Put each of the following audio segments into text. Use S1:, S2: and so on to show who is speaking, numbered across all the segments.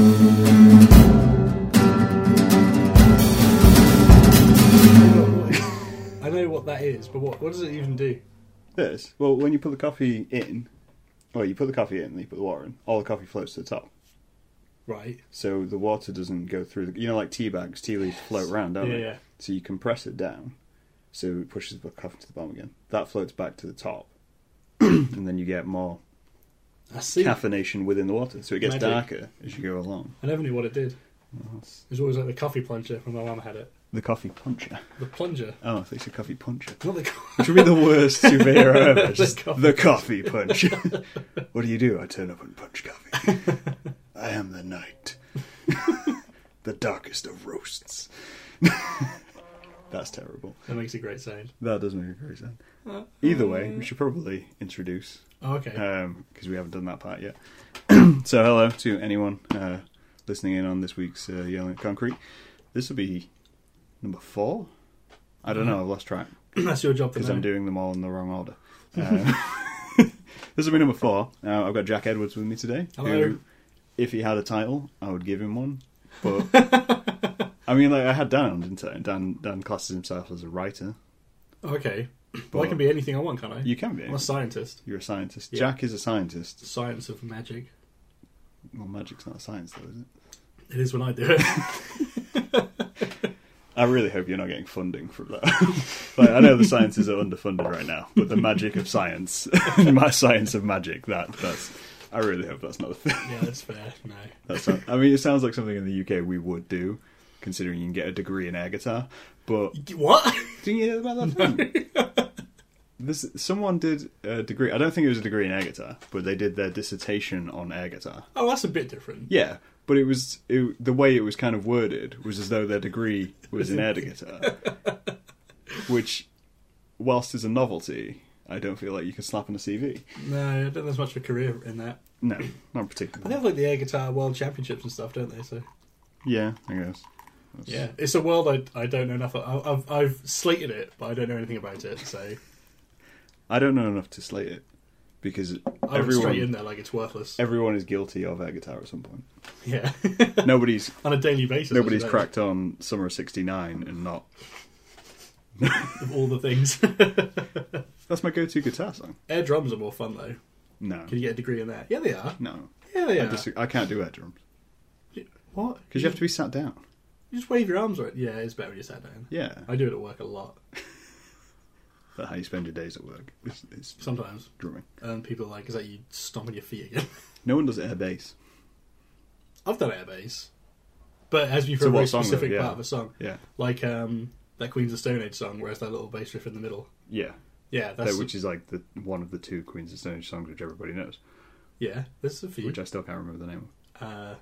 S1: This. Well, when you put the coffee in, well, you put the coffee in, then you put the water in. All the coffee floats to the top,
S2: Right.
S1: so the water doesn't go through the. You know, like tea bags, tea leaves float around, don't
S2: Yeah,
S1: they?
S2: yeah.
S1: So you compress it down, so it pushes the coffee to the bottom again. That floats back to the top, and then you get more
S2: I see.
S1: caffeination within the water. So it gets
S2: Magic.
S1: darker as you go along.
S2: I never knew what it did. It was always like the coffee plunger when my mum had it.
S1: The coffee puncher.
S2: The plunger.
S1: Oh, I think it's a coffee puncher.
S2: Not the
S1: Which would be the worst superhero ever.
S2: The
S1: Just
S2: coffee.
S1: the coffee punch. what do you do? I turn up and punch coffee. I am the knight. the darkest of roasts. That's terrible.
S2: that makes a great sound.
S1: That does make a great sound. Either way, we should probably introduce
S2: Oh, okay.
S1: because we haven't done that part yet. so hello to anyone uh, listening in on this week's uh, Yelling at Concrete. This will be number four. I don't know. I've lost track
S2: That's your job eh? to
S1: because
S2: know.
S1: I'm doing them all in the wrong order. Um, this will be number four. Uh, I've got Jack Edwards with me today.
S2: Hello.
S1: if he had a title, I would give him one. But I mean, like I had Dan, didn't I? Dan Dan classes himself as a writer.
S2: Okay. Well, I
S1: But-
S2: can be anything I want, can't I?
S1: You can be.
S2: I'm a scientist.
S1: You're a scientist.
S2: Yeah.
S1: Jack is a scientist.
S2: Science of magic.
S1: Well, magic's not a science, though, is it?
S2: It is when I do it.
S1: I really hope you're not getting funding from that. like, I know the sciences are underfunded right now, but the magic of science, my science of magic, that that's. I really hope that's not a thing.
S2: yeah, that's fair. No.
S1: That's not, I mean, it sounds like something in the UK we would do, considering you can get a degree in air guitar. But
S2: What?
S1: do you hear about that? thing? This someone did a degree. I don't think it was a degree in air guitar, but they did their dissertation on air guitar.
S2: Oh, that's a bit different.
S1: Yeah, but it was it, the way it was kind of worded was as though their degree was in air guitar, which, whilst is a novelty, I don't feel like you can slap on a CV.
S2: No, I don't think there's much of a career in that.
S1: No, not
S2: They
S1: particularly.
S2: have like the air guitar world championships and stuff, don't they? So
S1: Yeah, I guess. That's-
S2: yeah, it's a world I, I don't know enough. Of. I, I've I've slated it, but I don't know anything about it. So
S1: I don't know enough to slate it because
S2: I'm straight in
S1: everyone
S2: there like it's worthless.
S1: everyone is guilty of air guitar at some point.
S2: yeah,
S1: Nobody's
S2: on a daily basis. I
S1: nobody's
S2: suppose,
S1: cracked on Summer of '69 and not.
S2: of all the things.
S1: That's my go-to guitar song.
S2: air drums are more fun though.
S1: No,
S2: Can you get a degree in that? Yeah, they are.
S1: no,
S2: Yeah, they
S1: I,
S2: are.
S1: dis- I can't do air drums
S2: What?
S1: because you have to be sat down.
S2: You just wave your arms right. Yeah, it's better when you sat down.
S1: Yeah,
S2: I do it at work a lot
S1: That's how you spend your days at work. It's, it's
S2: sometimes,
S1: drumming.
S2: and people are like, "Is that you stomping your feet again?"
S1: No one does air bass.
S2: I've done air bass, but it has to be for
S1: To
S2: a very
S1: what song, though?
S2: specific
S1: Yeah.
S2: part of a song.
S1: Yeah,
S2: like um that Queen's of Stone Age song, whereas that little bass riff in the middle.
S1: yeah.
S2: Yeah,
S1: That-
S2: that's
S1: which is like the one of the two Queens of Stone Age songs which everybody knows,
S2: yeah. There's a few.
S1: which I still can't remember the name. of.
S2: Uh,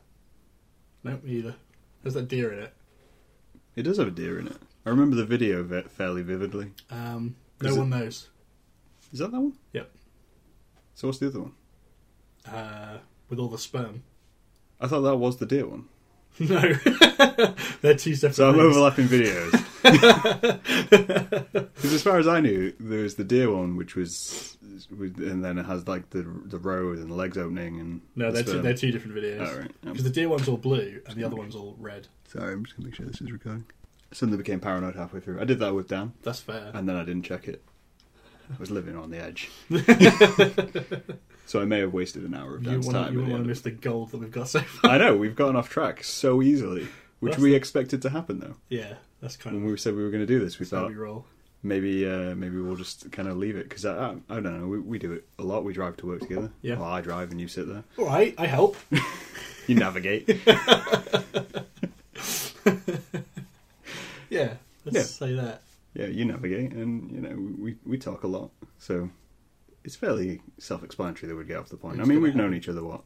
S2: no, me either. There's that deer in it.
S1: It does have a deer in it. I remember the video of it fairly vividly.
S2: Um, no
S1: Is it-
S2: one knows.
S1: Is that that one?
S2: Yep.
S1: So what's the other one?
S2: Uh, with all the sperm.
S1: I thought that was the deer one.
S2: no, they're two separate.
S1: So I'm
S2: things.
S1: overlapping videos. Because as far as I knew, there was the deer one, which was, with- and then it has like the the road and the legs opening and
S2: No,
S1: the
S2: they're two,
S1: sperm.
S2: they're two different videos.
S1: Oh, right.
S2: Because the deer one's all blue and the other one's all red.
S1: Sorry, I'm just gonna make sure this is recording. I suddenly became paranoid halfway through. I did that with Dan,
S2: That's fair.
S1: and then I didn't check it. I was living on the edge, so I may have wasted an hour of
S2: You
S1: Dan's
S2: want
S1: time.
S2: to
S1: at the
S2: want to
S1: end.
S2: miss the gold that we've got so far.
S1: I know we've gotten off track so easily, which
S2: That's
S1: we expected to happen though.
S2: Yeah, that's kind of
S1: When we said we were going to do this, we
S2: that's how
S1: thought
S2: we roll.
S1: maybe uh, maybe we'll just kind of leave it because I, I, I don't know. We, we do it a lot. We drive to work together.
S2: Yeah.
S1: Well, I drive and you sit there.
S2: All right, I help.
S1: You navigate.
S2: Yeah, let's
S1: Yeah.
S2: say that.
S1: yeah, you navigate, and you know we we talk a lot, so it's fairly self-explanatory that we'd get off the point.
S2: It's
S1: I mean,
S2: gonna
S1: we've known
S2: happen.
S1: each other what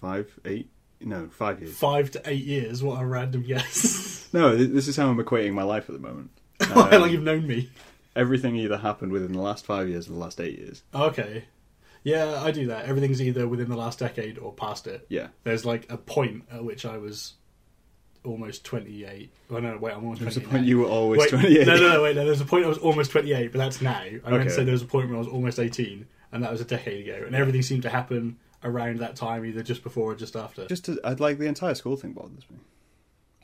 S1: five, eight, no, five years.
S2: five to eight years. What a random guess.
S1: No, th- this is how I'm equating my life at the moment.
S2: Why,
S1: Um,
S2: like you've known me.
S1: Everything either happened within the last five years or the last eight years.
S2: Okay. Yeah, I do that. Everything's either within the last decade or past it.
S1: Yeah,
S2: There's like a point at which I was almost 28. Oh no, wait, I'm almost
S1: there's
S2: 28.
S1: a point you were always
S2: wait,
S1: 28.
S2: No, no, no, wait, no. There's a point I was almost 28, but that's now. I meant
S1: Okay.
S2: to say there was a point when I was almost 18, and that was a decade ago. And everything seemed to happen around that time, either just before or just after.
S1: Just to, I'd like the entire school thing bothers me.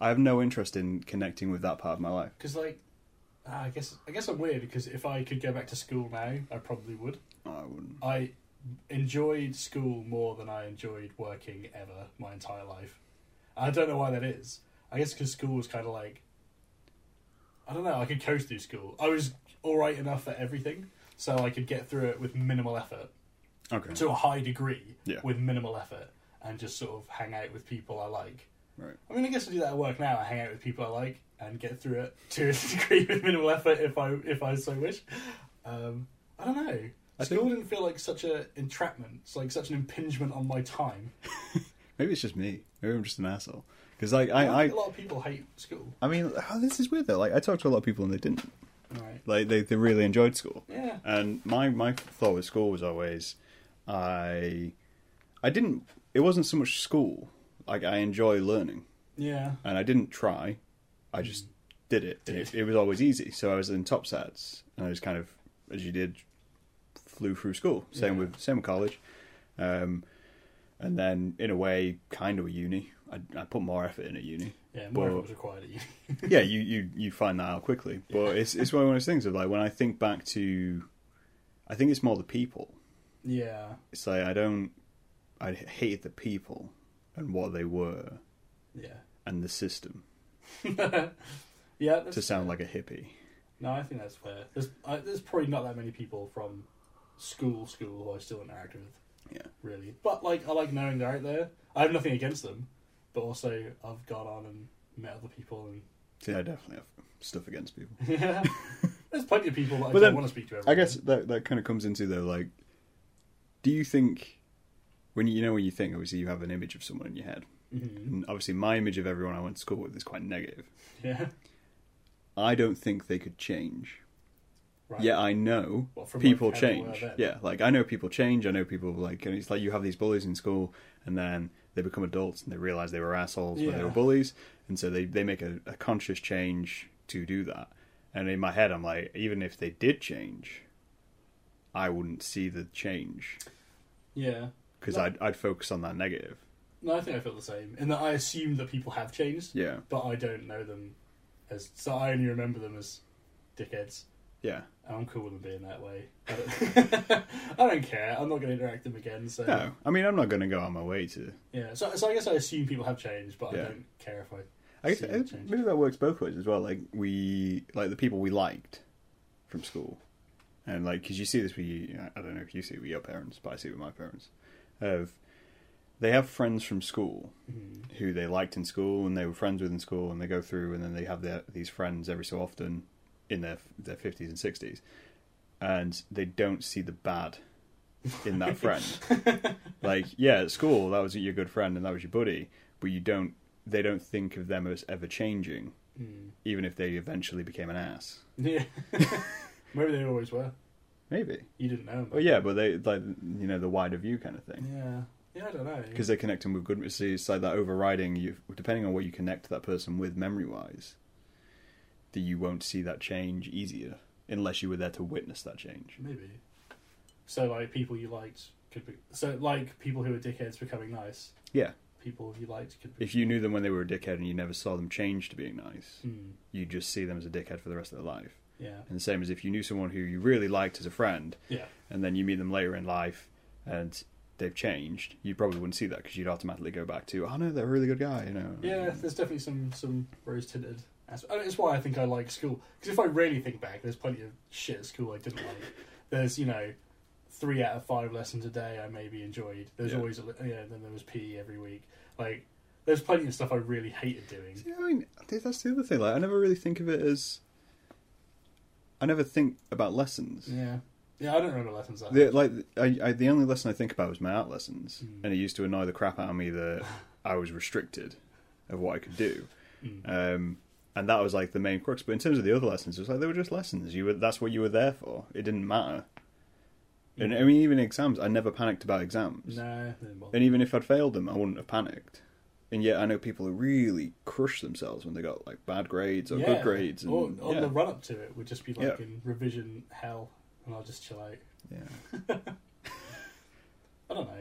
S1: I have no interest in connecting with that part of my life.
S2: Because, like, Ah, I guess I guess I'm weird because if I could go back to school now, I probably would.
S1: I wouldn't.
S2: I enjoyed school more than I enjoyed working ever my entire life. I don't know why that is. I guess because school was kind of like I don't know. I could coast through school. I was all right enough at everything, so I could get through it with minimal effort
S1: Okay.
S2: to a high degree
S1: Yeah.
S2: with minimal effort, and just sort of hang out with people I like.
S1: right.
S2: I mean, I guess I do that at work now. I hang out with people I like and get through it to a degree with minimal effort if I if I so wish. Um, I don't know.
S1: I
S2: School
S1: think-
S2: didn't feel like such a entrapment. It's like such an impingement on my time.
S1: Maybe it's just me. Maybe I'm just an asshole. Because like
S2: I
S1: I,
S2: think a
S1: I,
S2: lot of people hate school.
S1: I mean, oh, this is weird though. Like I talked to a lot of people and they didn't.
S2: Right?
S1: Like they, they really enjoyed school.
S2: Yeah.
S1: And my my thought with school was always, I, I didn't. It wasn't so much school. Like I enjoy learning,
S2: Yeah.
S1: and I didn't try. I just did it. And
S2: Did
S1: it. It was always easy. So I was in top sats, and I just kind of, as you did, flew through school. Same
S2: Yeah.
S1: with same with college, um, and then in a way, kind of a uni. I, I put more effort in at uni.
S2: Yeah. More
S1: Well-
S2: effort was required at uni.
S1: yeah, you, you, you find that out quickly. But it's it's one of those things of like when I think back to, I think it's more the people.
S2: yeah.
S1: It's like I don't, I hated the people and what they were
S2: Yeah.
S1: and the system.
S2: yeah. That's,
S1: To sound like a hippie,
S2: no, I think that's fair. There's I, there's probably not that many people from school school who I still interact with.
S1: yeah,
S2: really. But like, I like knowing they're out there. I have nothing against them, but also I've gone on and met other people, and
S1: see, I definitely have stuff against people.
S2: yeah, there's plenty of people that I
S1: But
S2: don't
S1: then,
S2: want to speak to. Everyone.
S1: I guess that that kind of comes into though, like, do you think when you, you know when you think obviously you have an image of someone in your head,
S2: Mhm.
S1: and obviously my image of everyone I went to school with is quite negative.
S2: Yeah.
S1: I don't think they could change.
S2: Right.
S1: Yeah, I know
S2: What, from, like,
S1: people
S2: how they were
S1: change.
S2: then?
S1: Yeah, like I know people change. I know people like, and it's like you have these bullies in school, and then they become adults and they realize they were assholes when they
S2: Yeah.
S1: were bullies, and so they they make a, a conscious change to do that. And in my head, I'm like, even if they did change, I wouldn't see the change
S2: Yeah.
S1: because
S2: No.
S1: I'd I'd focus on that negative.
S2: No, I think I feel the same. In that I assume that people have changed,
S1: Yeah,
S2: but I don't know them as. So I only remember them as dickheads.
S1: yeah.
S2: And I'm cool with them being that way. I don't, I don't care. I'm not going to interact with them again. So
S1: No, I mean, I'm not going to go on my way to.
S2: yeah. So, so I guess I assume people have changed, but I
S1: Yeah.
S2: don't care if I.
S1: I guess uh,
S2: see
S1: it-
S2: them change.
S1: maybe that works both ways as well. Like we, like the people we liked from school, and like because you see this with you, I don't know if you see it with your parents, but I see it with my parents. Of they have friends from school
S2: Mhm.
S1: who they liked in school and they were friends with in school, and they go through and then they have their these friends every so often in their their fifties and sixties, and they don't see the bad in that friend. like yeah, at school that was your good friend and that was your buddy, but you don't they don't think of them as ever changing,
S2: Mm.
S1: even if they eventually became an ass.
S2: Yeah. Maybe they always were.
S1: Maybe.
S2: You didn't know.
S1: Well,
S2: Them.
S1: yeah, but they like you know the wider view kind of thing
S2: Yeah. Yeah, I don't know.
S1: because they connect them with good. See, it's like that overriding. You depending on what you connect that person with memory wise, that you won't see that change easier unless you were there to witness that change.
S2: Maybe. So, like, people you liked could be. So, like, people who were dickheads becoming nice.
S1: Yeah.
S2: People you liked could be.
S1: If you knew them when they were a dickhead and you never saw them change to being nice,
S2: Mm,
S1: you just see them as a dickhead for the rest of their life.
S2: yeah.
S1: And the same as if you knew someone who you really liked as a friend,
S2: Yeah.
S1: and then you meet them later in life and they've changed, you probably wouldn't see that because you'd automatically go back to, oh no, they're a really good guy, you know.
S2: Yeah, there's definitely some, some rose tinted aspects. It's why I think I like school. Because if I really think back, there's plenty of shit at school I didn't like. There's, you know, three out of five lessons a day I maybe enjoyed. There's
S1: Yeah.
S2: always, a, li- yeah, then there was PE every week. Like, there's plenty of stuff I really hated doing.
S1: See, I mean, dude, that's the other thing. Like, I never really think of it as. I never think about lessons.
S2: Yeah. Yeah, I don't remember lessons that
S1: The, like, I, I, the only lesson I think about was my art lessons,
S2: Mm.
S1: and it used to annoy the crap out of me that I was restricted of what I could do.
S2: Mm.
S1: Um, and that was like the main crux. But in terms of the other lessons, it was like they were just lessons. You were that's what you were there for. It didn't matter. And I mean, even exams, I never panicked about exams.
S2: Mm. No, they didn't bother.
S1: And even if I'd failed them, I wouldn't have panicked. And yet, I know people who really crush themselves when they got like bad grades or good grades. And,
S2: or on
S1: yeah,
S2: the run up to it, would just be like
S1: Yeah.
S2: in revision hell, and I'll just chill out.
S1: yeah.
S2: I don't know.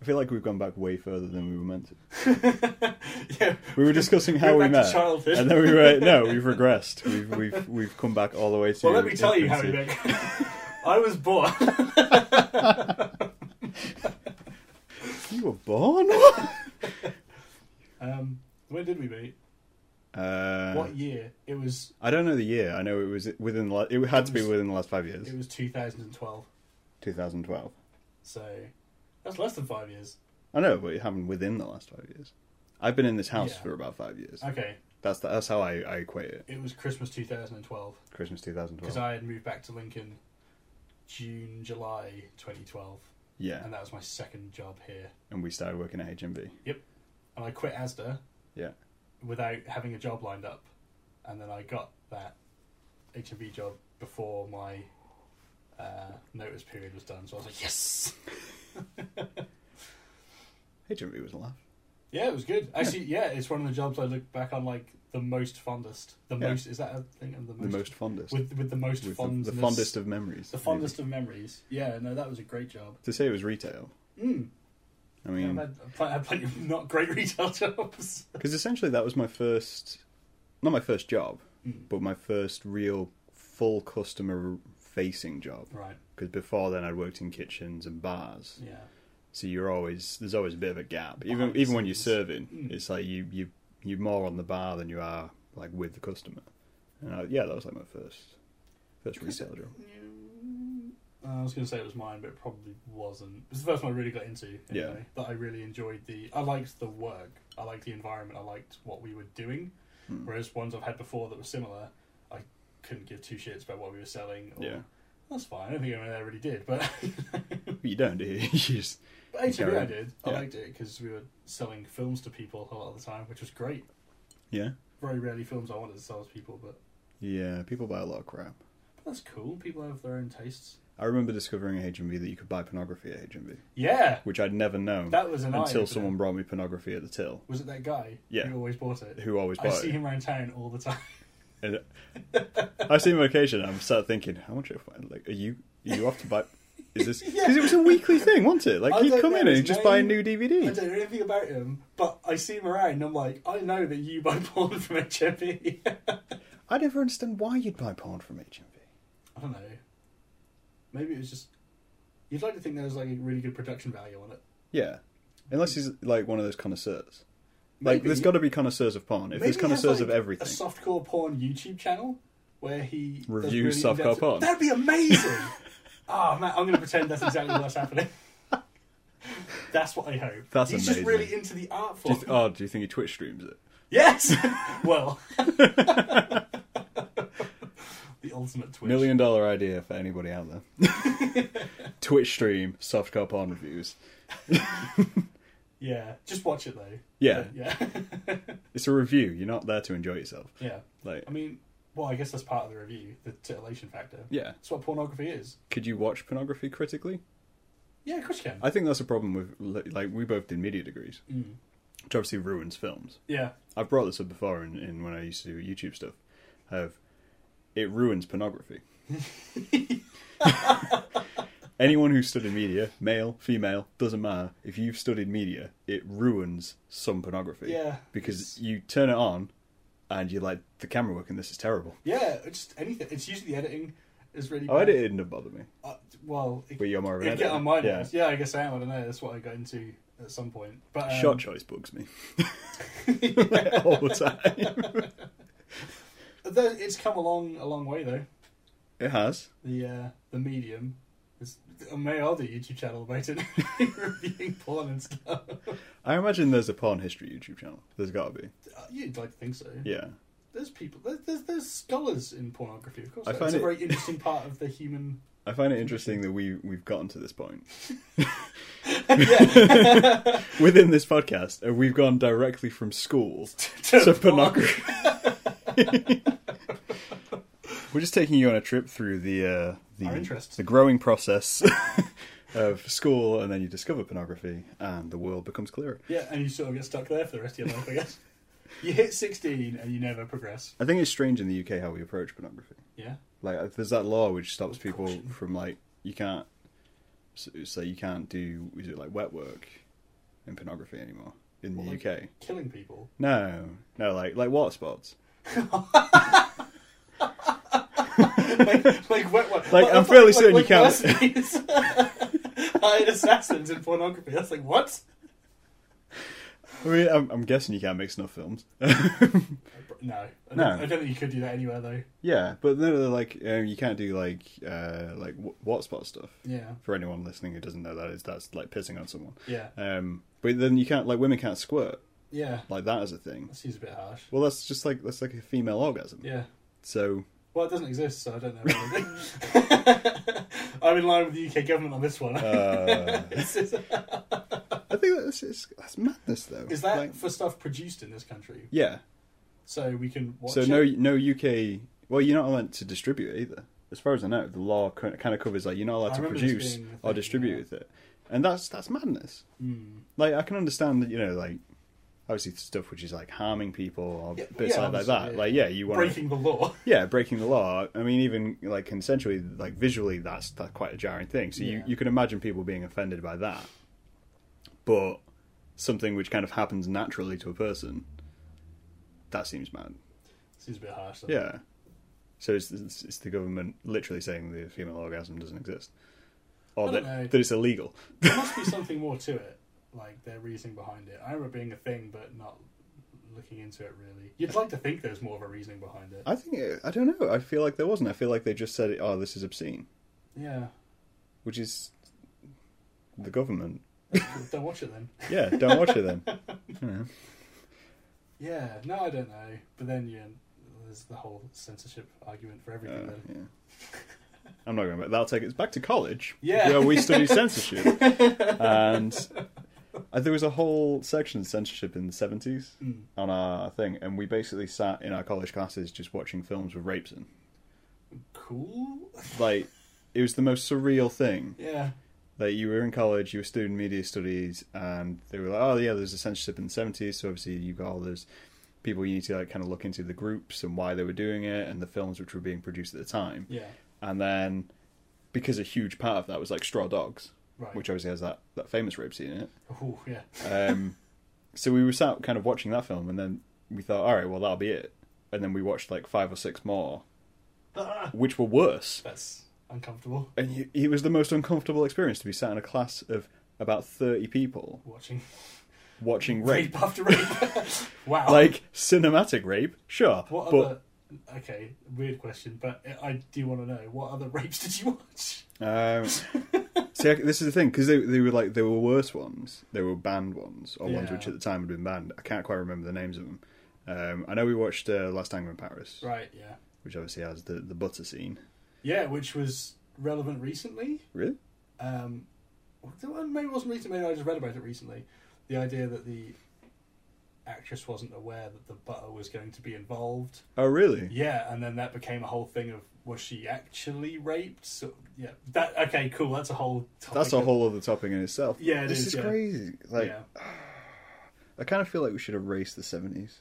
S1: I feel like we've gone back way further than we were meant to.
S2: yeah,
S1: We were discussing how we
S2: back to
S1: met,
S2: childhood.
S1: and then we were no, we've regressed. We've we've we've come back all the way to.
S2: Well, let me tell you how we
S1: infancy.
S2: met. I was born.
S1: You were born.
S2: Um, when did we meet?
S1: uh,
S2: what year? It was.
S1: I don't know the year. I know it was within. The, la- it had to be
S2: was-
S1: within the last five years.
S2: It was 2012.
S1: 2012.
S2: So that's less than five years.
S1: I know, but it happened within the last five years. I've been in this house
S2: Yeah.
S1: for about five years.
S2: Okay,
S1: That's the, that's how I, I equate it.
S2: it was Christmas 2012
S1: Christmas
S2: because
S1: 2012.
S2: I had moved back to Lincoln June, July 2012,
S1: yeah,
S2: and that was my second job here.
S1: and we started working at HMV.
S2: And I quit ASDA.
S1: Yeah.
S2: Without having a job lined up, and then I got that HMV job before my uh, notice period was done. So I was like, yes.
S1: HMV was a laugh.
S2: Yeah, it was good. Actually, yeah, it's one of the jobs I look back on like the most fondest. The
S1: Yeah.
S2: most is that a thing? And the most,
S1: The most fondest.
S2: with with the most
S1: With
S2: fondness.
S1: the, the fondest of memories.
S2: the
S1: really.
S2: fondest of memories. Yeah, no, that was a great job.
S1: To say it was retail,
S2: Mm.
S1: I
S2: Yeah, I've
S1: mean,
S2: had, I've had plenty of not great retail jobs.
S1: because essentially that was my first, not my first job,
S2: Mm.
S1: but my first real full customer facing job.
S2: Right.
S1: Because before then I'd worked in kitchens and bars.
S2: Yeah.
S1: so you're always there's always a bit of a gap even
S2: Behind the
S1: even when you're
S2: scenes.
S1: serving
S2: Mm.
S1: it's like you you you're more on the bar than you are like with the customer and I, yeah that was like my first first retail job
S2: Uh, I was going to say it was mine, but it probably wasn't. It was the first one I really got into. Anyway, That I really enjoyed the. I liked the work. I liked the environment. I liked what we were doing.
S1: Hmm.
S2: Whereas ones I've had before that were similar, I couldn't give two shits about what we were selling. Or,
S1: yeah
S2: That's fine. I don't think anyone there really did. But,
S1: you don't do you? you just
S2: but actually, I
S1: Carry on.
S2: did. I
S1: Yeah.
S2: liked it because we were selling films to people a lot of the time, which was great.
S1: yeah
S2: Very rarely films I wanted to sell to people, but,
S1: yeah people buy a lot of crap
S2: but that's cool. People have their own tastes.
S1: I remember discovering at HMV that you could buy pornography at HMV
S2: Yeah!
S1: which I'd never known
S2: That was an
S1: until
S2: eye-opener.
S1: someone brought me pornography at the till
S2: Was it that guy
S1: Yeah.
S2: who always bought it?
S1: who always
S2: I
S1: bought
S2: see
S1: it
S2: him around town all the time.
S1: and I see him on occasion and I'm sat thinking how much are you find like are you are you off to buy is this because
S2: Yeah.
S1: it was a weekly thing wasn't it like
S2: I
S1: he'd
S2: don't
S1: come
S2: know
S1: in and
S2: his
S1: he'd just buy a
S2: name.
S1: new DVD
S2: I don't know anything about him, but I see him around. I'm like, I know that you buy porn from HMV.
S1: I never understand why you'd buy porn from HMV.
S2: I don't know. Maybe it was just. You'd like to think there was like a really good production value on it.
S1: Yeah, unless he's like one of those connoisseurs. Like,
S2: Maybe-
S1: there's got to be connoisseurs of porn. If
S2: maybe
S1: there's
S2: he has,
S1: connoisseurs of
S2: like,
S1: everything,
S2: A softcore porn YouTube channel where he does
S1: Reviews
S2: really
S1: softcore
S2: in-depth-
S1: porn.
S2: That'd be amazing. oh man, I'm going to pretend that's exactly what's happening. That's what I hope.
S1: That's
S2: He's
S1: amazing.
S2: just really into the art
S1: do you
S2: form.
S1: th- oh, do you think he Twitch streams it?
S2: Yes. well, the ultimate twitch.
S1: Million dollar idea for anybody out there. Twitch stream softcore porn reviews.
S2: Yeah, just watch it though.
S1: Yeah,
S2: Yeah.
S1: it's a review. You're not there to enjoy yourself.
S2: yeah.
S1: Like,
S2: I mean, well, I guess that's part of the review, the titillation factor.
S1: yeah.
S2: That's what pornography is.
S1: Could you watch pornography critically?
S2: Yeah, of course you can.
S1: I think that's a problem with li- like we both did media degrees,
S2: Mm.
S1: which obviously ruins films.
S2: Yeah.
S1: I've brought this up before in, in when I used to do YouTube stuff. Have it ruins pornography. Anyone who studied media, male, female, doesn't matter. If you've studied media, it ruins some pornography.
S2: Yeah.
S1: Because you turn it on, and you're like, the camera work in this is terrible.
S2: Yeah, it's just anything. It's usually the editing is really.
S1: Oh,
S2: bad.
S1: it didn't bother me.
S2: Uh, well, it,
S1: But you're more of an
S2: it get
S1: editor.
S2: on my
S1: yeah.
S2: nerves. Yeah. I guess I am. I don't know. That's what I got into at some point. But um,
S1: Shot choice bugs me all the time.
S2: there- um, it's come a long, a long way though.
S1: It has.
S2: The uh, the medium. It's, I may I'll do a YouTube channel about it, reviewing porn and stuff.
S1: I imagine there's a porn history YouTube channel. There's got to be.
S2: Uh, You'd like to think so.
S1: Yeah.
S2: There's people. there- There's there's scholars in pornography, of course.
S1: I
S2: there
S1: find
S2: is. it's
S1: it-
S2: a very interesting part of the human.
S1: I find it interesting that we we've gotten to this point
S2: yeah.
S1: within this podcast, and we've gone directly from school to pornography. We're just taking you on a trip through the uh,
S2: Our
S1: the
S2: interest.
S1: the growing process of school, and then you discover pornography, and the world becomes clearer.
S2: Yeah, and you sort of get stuck there for the rest of your life, I guess. You hit 16 and you never progress.
S1: I think it's strange in the UK how we approach pornography.
S2: Yeah.
S1: Like, there's that law which stops
S2: Of
S1: people
S2: caution.
S1: from like you can't so, so you can't do is it like wet work in pornography anymore in the
S2: Well, like-
S1: UK.
S2: Killing people.
S1: No, no, like like water sports.
S2: like, like wet one.
S1: Like, I'm fairly certain you can't.
S2: can't. Hired assassins in pornography. That's like, what?
S1: I mean, I'm, I'm guessing you can't make snuff films.
S2: No. I
S1: No.
S2: don't- I don't think you could do that anywhere, though.
S1: yeah, but no, they're like um, you can't do like uh, like w- water sport stuff.
S2: Yeah.
S1: For anyone listening who doesn't know that is, that's like pissing on someone.
S2: Yeah.
S1: Um, but then you can't like women can't squirt
S2: Yeah.
S1: like that as a thing.
S2: That seems a bit harsh.
S1: Well, that's just like that's like a female orgasm.
S2: Yeah.
S1: So
S2: Well, it doesn't exist, so I don't know. really. I'm in line with the UK government on this one.
S1: Uh.
S2: It's- it's-
S1: I think that's it's, that's madness though.
S2: is that
S1: Like,
S2: for stuff produced in this country?
S1: yeah?
S2: So we can watch
S1: so
S2: it?
S1: no no UK. Well, you're not allowed to distribute it either. As far as I know, the law kind of covers like you're not allowed
S2: I
S1: to
S2: remember this
S1: produce
S2: being the
S1: or
S2: thing,
S1: distribute
S2: yeah.
S1: with it, and that's that's madness.
S2: Hmm.
S1: Like I can understand that you know like obviously stuff which is like harming people or
S2: Yeah,
S1: bits
S2: yeah,
S1: like, like that.
S2: obviously, yeah.
S1: Like yeah, you want
S2: Breaking the law.
S1: yeah breaking the law. I mean even like consensually like visually that's that's quite a jarring thing. So you
S2: Yeah.
S1: you can imagine people being offended by that, but something which kind of happens naturally to a person that seems mad.
S2: Seems a bit harsh. Though.
S1: Yeah. So it's, it's, it's the government literally saying the female orgasm doesn't exist, or
S2: I
S1: that,
S2: don't know.
S1: that it's illegal.
S2: there must be something more to it, like their reasoning behind it. I remember it being a thing, but not looking into it really. You'd like to think there's more of a reasoning behind it.
S1: I think it, I don't know. I feel like there wasn't. I feel like they just said, "Oh, this is obscene,"
S2: Yeah,
S1: which is the government.
S2: don't watch it then.
S1: Yeah, don't watch it then. Yeah.
S2: Yeah, no, I don't know. But then you, there's the whole censorship argument for
S1: Uh,
S2: everything.
S1: yeah. I'm not going back. That'll take us back to college,
S2: Yeah.
S1: where we study censorship. and uh, there was a whole section on censorship in the 70s
S2: then. Mm.
S1: on our thing, and we basically sat in our college classes just watching films with rapes in.
S2: Cool.
S1: like it was the most surreal thing
S2: Yeah.
S1: like you were in college you were student media studies and they were like oh yeah there's a censorship in the 70s so obviously you got all those people you need to like kind of look into the groups and why they were doing it and the films which were being produced at the time
S2: Yeah.
S1: and then because a huge part of that was like straw dogs
S2: Right.
S1: which obviously has that that famous rape scene in it
S2: Ooh, yeah.
S1: um, so we were sat kind of watching that film, and then we thought, all right, well that'll be it. And then we watched like five or six more,
S2: Ah,
S1: which were worse.
S2: that's uncomfortable
S1: And you, it was the most uncomfortable experience to be sat in a class of about thirty people
S2: watching
S1: watching rape,
S2: rape after rape. wow.
S1: like cinematic rape, sure,
S2: what
S1: but
S2: other? Okay, weird question, but I- I do want to know what other rapes did you watch?
S1: um, see, I- this is the thing because they they were like they were worse ones, they were banned ones or ones
S2: Yeah.
S1: which at the time had been banned. I can't quite remember the names of them. Um, I know we watched uh, Last Tango in Paris,
S2: Right, yeah.
S1: which obviously has the the butter scene.
S2: Yeah, which was relevant recently.
S1: Really?
S2: Um, well, maybe it wasn't recent, maybe I just read about it recently. The idea that the actress wasn't aware that the butter was going to be involved.
S1: Oh, really?
S2: Yeah, and then that became a whole thing of was she actually raped? So, yeah, that okay, cool. That's a whole. Topic
S1: That's a whole other topic in itself.
S2: Yeah, it
S1: this
S2: is,
S1: is
S2: yeah.
S1: crazy. Like,
S2: yeah,
S1: I kind of feel like we should erase the seventies.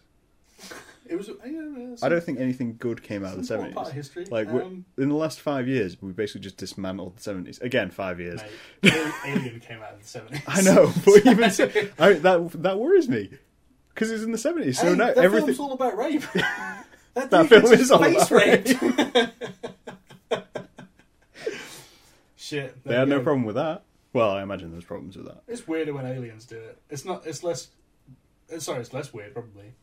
S2: it was. Yeah, yeah,
S1: I don't think anything good came out of the
S2: some important part of
S1: seventies.
S2: history.
S1: Like, we-
S2: um,
S1: in the last five years, we basically just dismantled the seventies again. Five years.
S2: mate, Alien- Alien came out of the seventies.
S1: I know, but even so, I mean, that that worries me because it's in the seventies. So
S2: Hey,
S1: now
S2: that
S1: everything.
S2: film's all about rape. that,
S1: That
S2: dude
S1: film
S2: gets
S1: is all
S2: face
S1: about rape.
S2: Shit,
S1: They
S2: there
S1: had
S2: you
S1: no
S2: go.
S1: problem with that. Well, I imagine there's problems with that.
S2: It's weirder when aliens do it. It's not. It's less. uh, Sorry, it's less weird probably.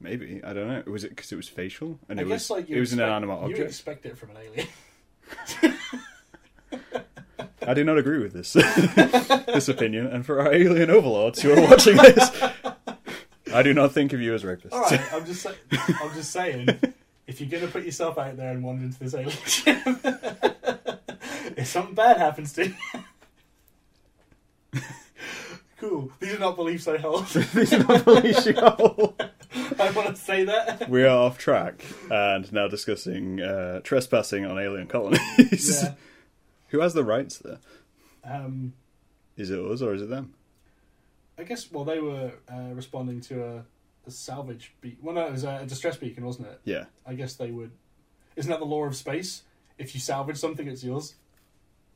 S1: Maybe I don't know. Was it because it was facial and
S2: I
S1: it
S2: guess
S1: was
S2: like you
S1: it was an
S2: expect-
S1: inanimate object?
S2: You expect it from an alien.
S1: I do not agree with this this opinion, and for our alien overlords who are watching this, I do not think of you as rapists.
S2: All right, I'm just. Say- I'm just saying. If you're gonna put yourself out there and wander into this alien ship, if something bad happens to you, cool. These are not beliefs I hold.
S1: These are not beliefs you hold.
S2: I want to say that.
S1: We are off track and now discussing uh, trespassing on alien colonies.
S2: Yeah.
S1: Who has the rights there?
S2: Um,
S1: Is it us or is it them?
S2: I guess well they were uh, responding to a, a salvage beacon. Well, no, it was a, a distress beacon, wasn't it?
S1: Yeah.
S2: I guess they would. Isn't that the law of space? If you salvage something, it's yours.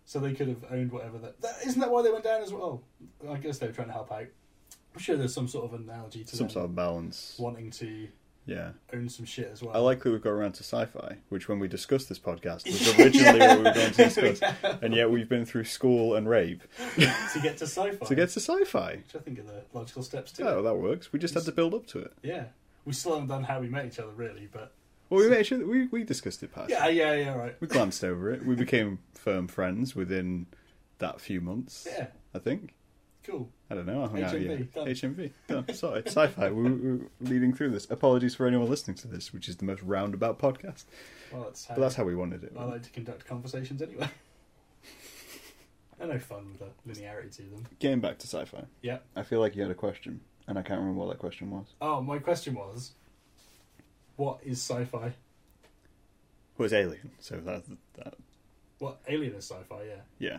S2: So they could have owned whatever that. that isn't that why they went down as well? I guess they were trying to help out. I'm sure there's some sort of analogy to
S1: Some
S2: them
S1: sort of balance.
S2: wanting to
S1: Yeah.
S2: own some shit as well.
S1: I like that we've got around to sci-fi, which when we discussed this podcast was originally what we were going to discuss, and yet we've been through school and rape
S2: to get to sci-fi.
S1: to get Oh. to sci-fi.
S2: which I think are the logical steps to
S1: Yeah,
S2: it.
S1: well, that works. We just had to build up to it.
S2: Yeah, we still haven't done how we met each other really, but
S1: Well, we actually we we discussed it past.
S2: yeah, yeah, yeah, right.
S1: We glanced over it. We became firm friends within that few months.
S2: Yeah,
S1: I think.
S2: cool.
S1: I don't know. I hung out.
S2: HMV,
S1: Yeah.
S2: done.
S1: HMV. Done. Sorry, sci-fi. We we were leading through this. Apologies for anyone listening to this, which is the most roundabout podcast.
S2: Well, that's how,
S1: But that's how we wanted it.
S2: I like to conduct conversations anyway. I know fun with the linearity to them.
S1: Getting back to sci-fi.
S2: Yeah.
S1: I feel like you had a question, and I can't remember what that question was.
S2: Oh, my question was, what is sci-fi?
S1: was Alien. So that, that
S2: What alien is sci-fi? Yeah.
S1: yeah.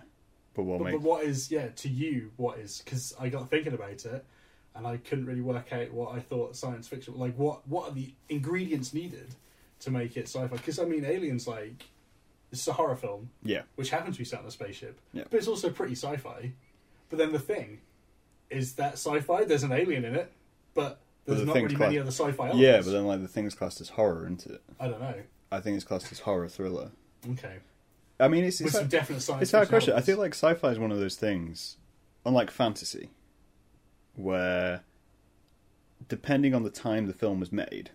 S1: But what
S2: But,
S1: makes
S2: but what is yeah to you? What is because I got thinking about it, and I couldn't really work out what I thought science fiction like. What what are the ingredients needed to make it sci-fi? Because I mean, Aliens like it's a horror film
S1: yeah
S2: which happens to be set in a spaceship,
S1: Yeah.
S2: but it's also pretty sci-fi. But then the thing is that sci-fi. There's an alien in it, but there's
S1: the
S2: not
S1: thing's
S2: really
S1: quite-
S2: many other sci-fi elements.
S1: yeah. But then like the thing's classed as horror, isn't it?
S2: I don't know.
S1: I think it's classed as horror thriller.
S2: Okay,
S1: I mean, it's
S2: with
S1: it's,
S2: some
S1: it's,
S2: definite science.
S1: a hard
S2: fiction
S1: question. I
S2: elements.
S1: feel like sci-fi is one of those things, unlike fantasy, where depending on the time the film was made,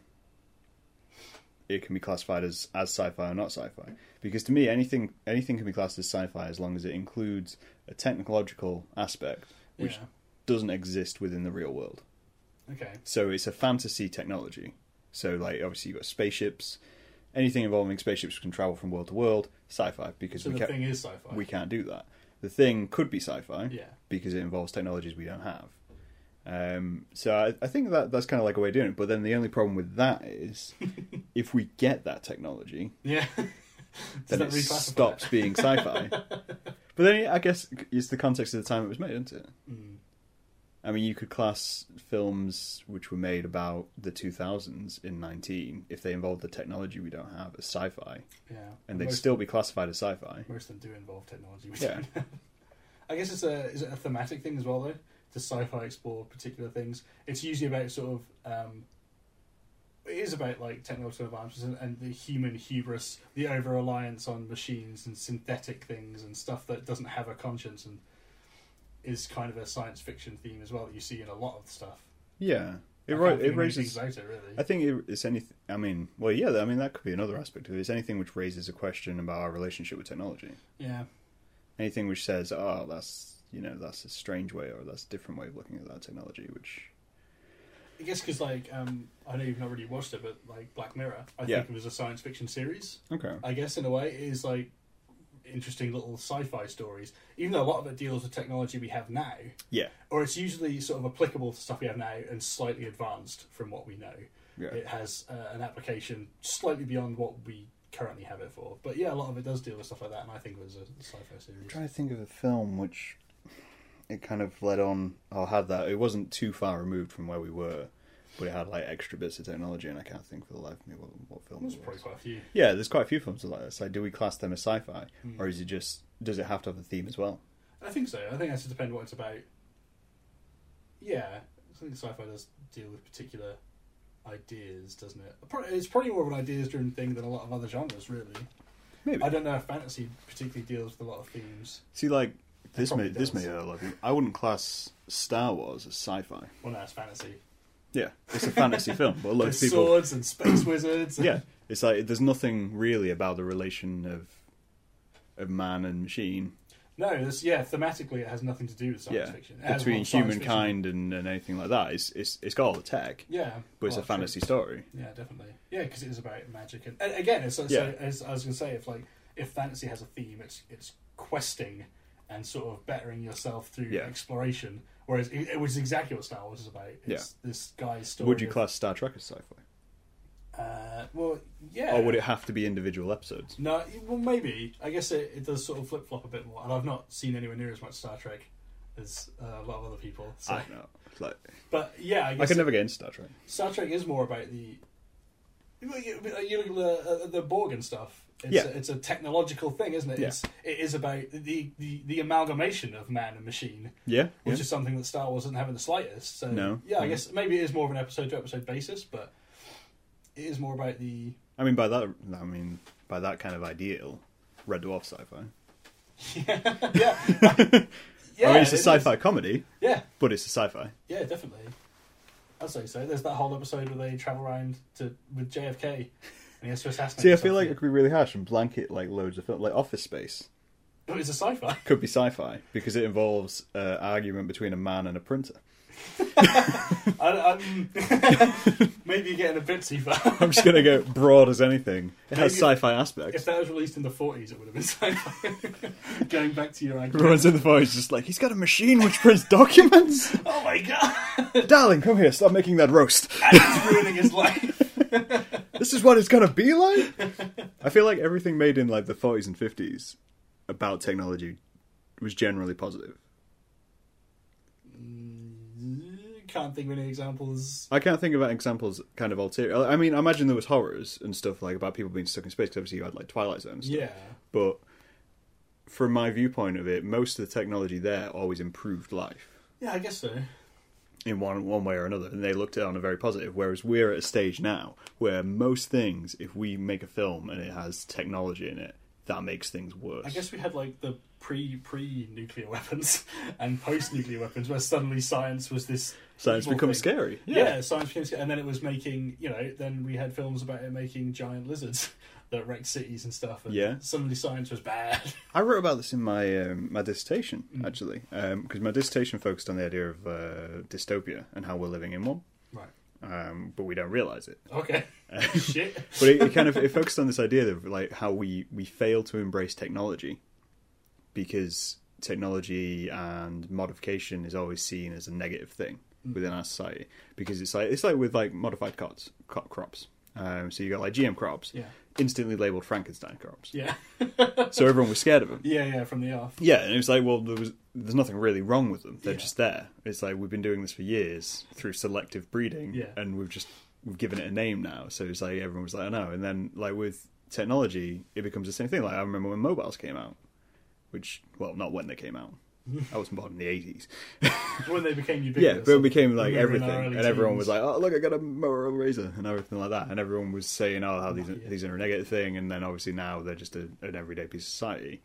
S1: it can be classified as as sci-fi or not sci-fi. Because to me, anything anything can be classed as sci-fi as long as it includes a technological aspect which
S2: yeah.
S1: doesn't exist within the real world.
S2: Okay.
S1: So it's a fantasy technology. So like obviously you've got spaceships. Anything involving spaceships can travel from world to world, sci-fi because
S2: So
S1: we
S2: the
S1: can't
S2: thing is sci-fi.
S1: we can't do that. The thing could be sci-fi
S2: yeah.
S1: because it involves technologies we don't have. Um, so I, I think that that's kind of like a way of doing it. But then the only problem with that is if we get that technology,
S2: Yeah.
S1: then it stops being sci-fi. but then I guess it's the context of the time it was made, isn't it?
S2: Mm.
S1: I mean, you could class films which were made about the 2000s in 19 if they involved the technology we don't have as sci-fi,
S2: Yeah.
S1: and they'd
S2: most,
S1: still be classified as sci-fi.
S2: most of them do involve technology. We
S1: Yeah.
S2: don't have. I guess it's a is it a thematic thing as well though? Does sci-fi explore particular things? It's usually about sort of um, it is about like technological advances and, and the human hubris, the over reliance on machines and synthetic things and stuff that doesn't have a conscience and is kind of a science fiction theme as well that you see in a lot of stuff.
S1: Yeah, it
S2: I
S1: ri-
S2: can't think
S1: it
S2: of anything
S1: raises.
S2: about it, really.
S1: I think it, it's anything. I mean, well, yeah. I mean, that could be another aspect of it. It's anything which raises a question about our relationship with technology.
S2: yeah.
S1: Anything which says, "Oh, that's you know, that's a strange way, or that's a different way of looking at that technology," which
S2: I guess because like um, I know you've not really watched it, but like Black Mirror, I
S1: Yeah.
S2: think it was a science fiction series.
S1: okay,
S2: I guess in a way, it is like interesting little sci-fi stories, even though a lot of it deals with technology we have now,
S1: yeah,
S2: or it's usually sort of applicable to stuff we have now and slightly advanced from what we know.
S1: yeah.
S2: It has uh, an application slightly beyond what we currently have it for. But yeah, a lot of it does deal with stuff like that, and I think it was a sci-fi
S1: I'm
S2: series.
S1: trying to think of a film which it kind of led on or had that. It wasn't too far removed from where we were, but it had like extra bits of technology, and I can't think for the life of me what, what film
S2: There's
S1: it
S2: probably
S1: was.
S2: quite a few.
S1: Yeah, there's quite a few films like this. Like, do we class them as sci-fi, or is it just does it have to have a theme as well?
S2: I think so. I think that's just depend what it's about. Yeah, I think sci-fi does deal with particular ideas, doesn't it? Pro- It's probably more of an ideas-driven thing than a lot of other genres, really.
S1: Maybe.
S2: I don't know if fantasy particularly deals with a lot of themes.
S1: See, like this may
S2: probably
S1: this
S2: does.
S1: may uh, like, I wouldn't class Star Wars as sci-fi.
S2: Well, no, it's fantasy.
S1: Yeah, it's a fantasy film, but a lot of
S2: There's
S1: people.
S2: swords and space wizards.
S1: Yeah, it's like there's nothing really about the relation of of man and machine.
S2: No, this yeah. Thematically, it has nothing to do with science
S1: yeah,
S2: fiction. It has a lot
S1: between
S2: of science
S1: humankind and, and anything like that. It's it's it's got all the tech,
S2: fiction. Yeah,
S1: but it's
S2: well, Oh,
S1: a
S2: true.
S1: fantasy story.
S2: Yeah, definitely. Yeah, because it is about magic, and, and again, it's, it's
S1: Yeah.
S2: as I was gonna say, if like if fantasy has a theme, it's it's questing and sort of bettering yourself through
S1: Yeah.
S2: exploration. Whereas it, it was exactly what Star Wars is about. It's this guy's story.
S1: Would you
S2: of-
S1: class Star Trek as sci-fi,
S2: Uh, well, yeah.
S1: or Oh, would it have to be individual episodes?
S2: No, well, maybe. I guess it, it does sort of flip flop a bit more, and I've not seen anywhere near as much Star Trek as uh, a lot of other people. So.
S1: I don't know. Like,
S2: but yeah, I guess
S1: I could never get into Star Trek.
S2: Star Trek is more about the. You look- You you look at the, at the Borg and stuff. It's,
S1: Yeah.
S2: a, it's a technological thing, isn't it?
S1: Yeah.
S2: It's, it is about the, the, the amalgamation of man and machine,
S1: Yeah,
S2: which
S1: yeah.
S2: is something that Star Wars doesn't have in the slightest. So
S1: No,
S2: yeah, I
S1: no.
S2: guess maybe it is more of an episode to episode basis, but it is more about the
S1: I mean by that I mean by that kind of ideal, Red Dwarf sci-fi.
S2: yeah. yeah
S1: I mean Oh,
S2: it is.
S1: it's a sci-fi comedy,
S2: Yeah,
S1: but it's a sci-fi.
S2: yeah, definitely. I'd say so. There's that whole episode where they travel around to with JFK, and he has to assassinate.
S1: See, I
S2: himself.
S1: feel like it could be really harsh and blanket like loads of film, like Office Space
S2: But it's a sci-fi.
S1: could be sci-fi because it involves uh, argument between a man and a printer.
S2: I, I'm- maybe you're getting a bit too far.
S1: I'm just gonna go broad as anything. It has
S2: Maybe-
S1: sci-fi
S2: If
S1: aspects.
S2: that was released in the 40s, it would have been sci-fi. Going back to your idea.
S1: Everyone's in the voice just like he's got a machine which prints documents.
S2: Oh my god!
S1: Darling, come here. Stop making that roast.
S2: and it's ruining his life.
S1: This is what it's gonna be like. I feel like everything made in like the 40s and 50s about technology was generally positive.
S2: Can't think of any examples.
S1: I can't think about examples kind of ulterior. I mean, I imagine there was horrors and stuff like about people being stuck in space. 'cause obviously, you had like Twilight Zone. And stuff.
S2: Yeah.
S1: But from my viewpoint of it, most of the technology there always improved life
S2: Yeah, I guess so.
S1: in one one way or another, and they looked at it on a very positive. Whereas we're at a stage now where most things, if we make a film and it has technology in it, that makes things worse.
S2: I guess we had like the pre pre nuclear weapons and post nuclear weons, where suddenly science was this
S1: science
S2: evil
S1: becomes
S2: thing.
S1: scary.
S2: Yeah. science became scary, and then it was making you know. Then we had films about it making giant lizards that wrecked cities and stuff. And
S1: Yeah.
S2: suddenly science was bad.
S1: I wrote about this in my um, my dissertation
S2: Mm-hmm.
S1: actually, because my dissertation focused on the idea of uh, dystopia and how we're living in one,
S2: Right.
S1: um, but we don't realize it.
S2: Okay. Shit.
S1: But it, it kind of it focused on this idea of like how we we fail to embrace technology because technology and modification is always seen as a negative thing within our society because it's like it's like with like modified crops, co- crops. Um, so you got like GM crops,
S2: Yeah.
S1: instantly labeled Frankenstein crops.
S2: Yeah.
S1: So everyone was scared of them.
S2: Yeah. Yeah. From the off.
S1: Yeah, and it was like, well, there was there's nothing really wrong with them. They're
S2: Yeah.
S1: just there. It's like we've been doing this for years through selective breeding,
S2: Yeah.
S1: and we've just we've given it a name now. So it's like everyone was like, I know. And then like with technology, it becomes the same thing. Like I remember when mobiles came out, which well, not when they came out. I was born in the eighties.
S2: When they became
S1: Yeah,
S2: ubiquitous.
S1: but it became
S2: When we
S1: like
S2: were in
S1: everything,
S2: our early
S1: and everyone
S2: teens.
S1: was like, "Oh, look, I got a Motorola Razor," and everything like that, and everyone was saying, "Oh, how these are,
S2: Yeah.
S1: these are a negative thing," and then obviously now they're just a, an everyday piece of society.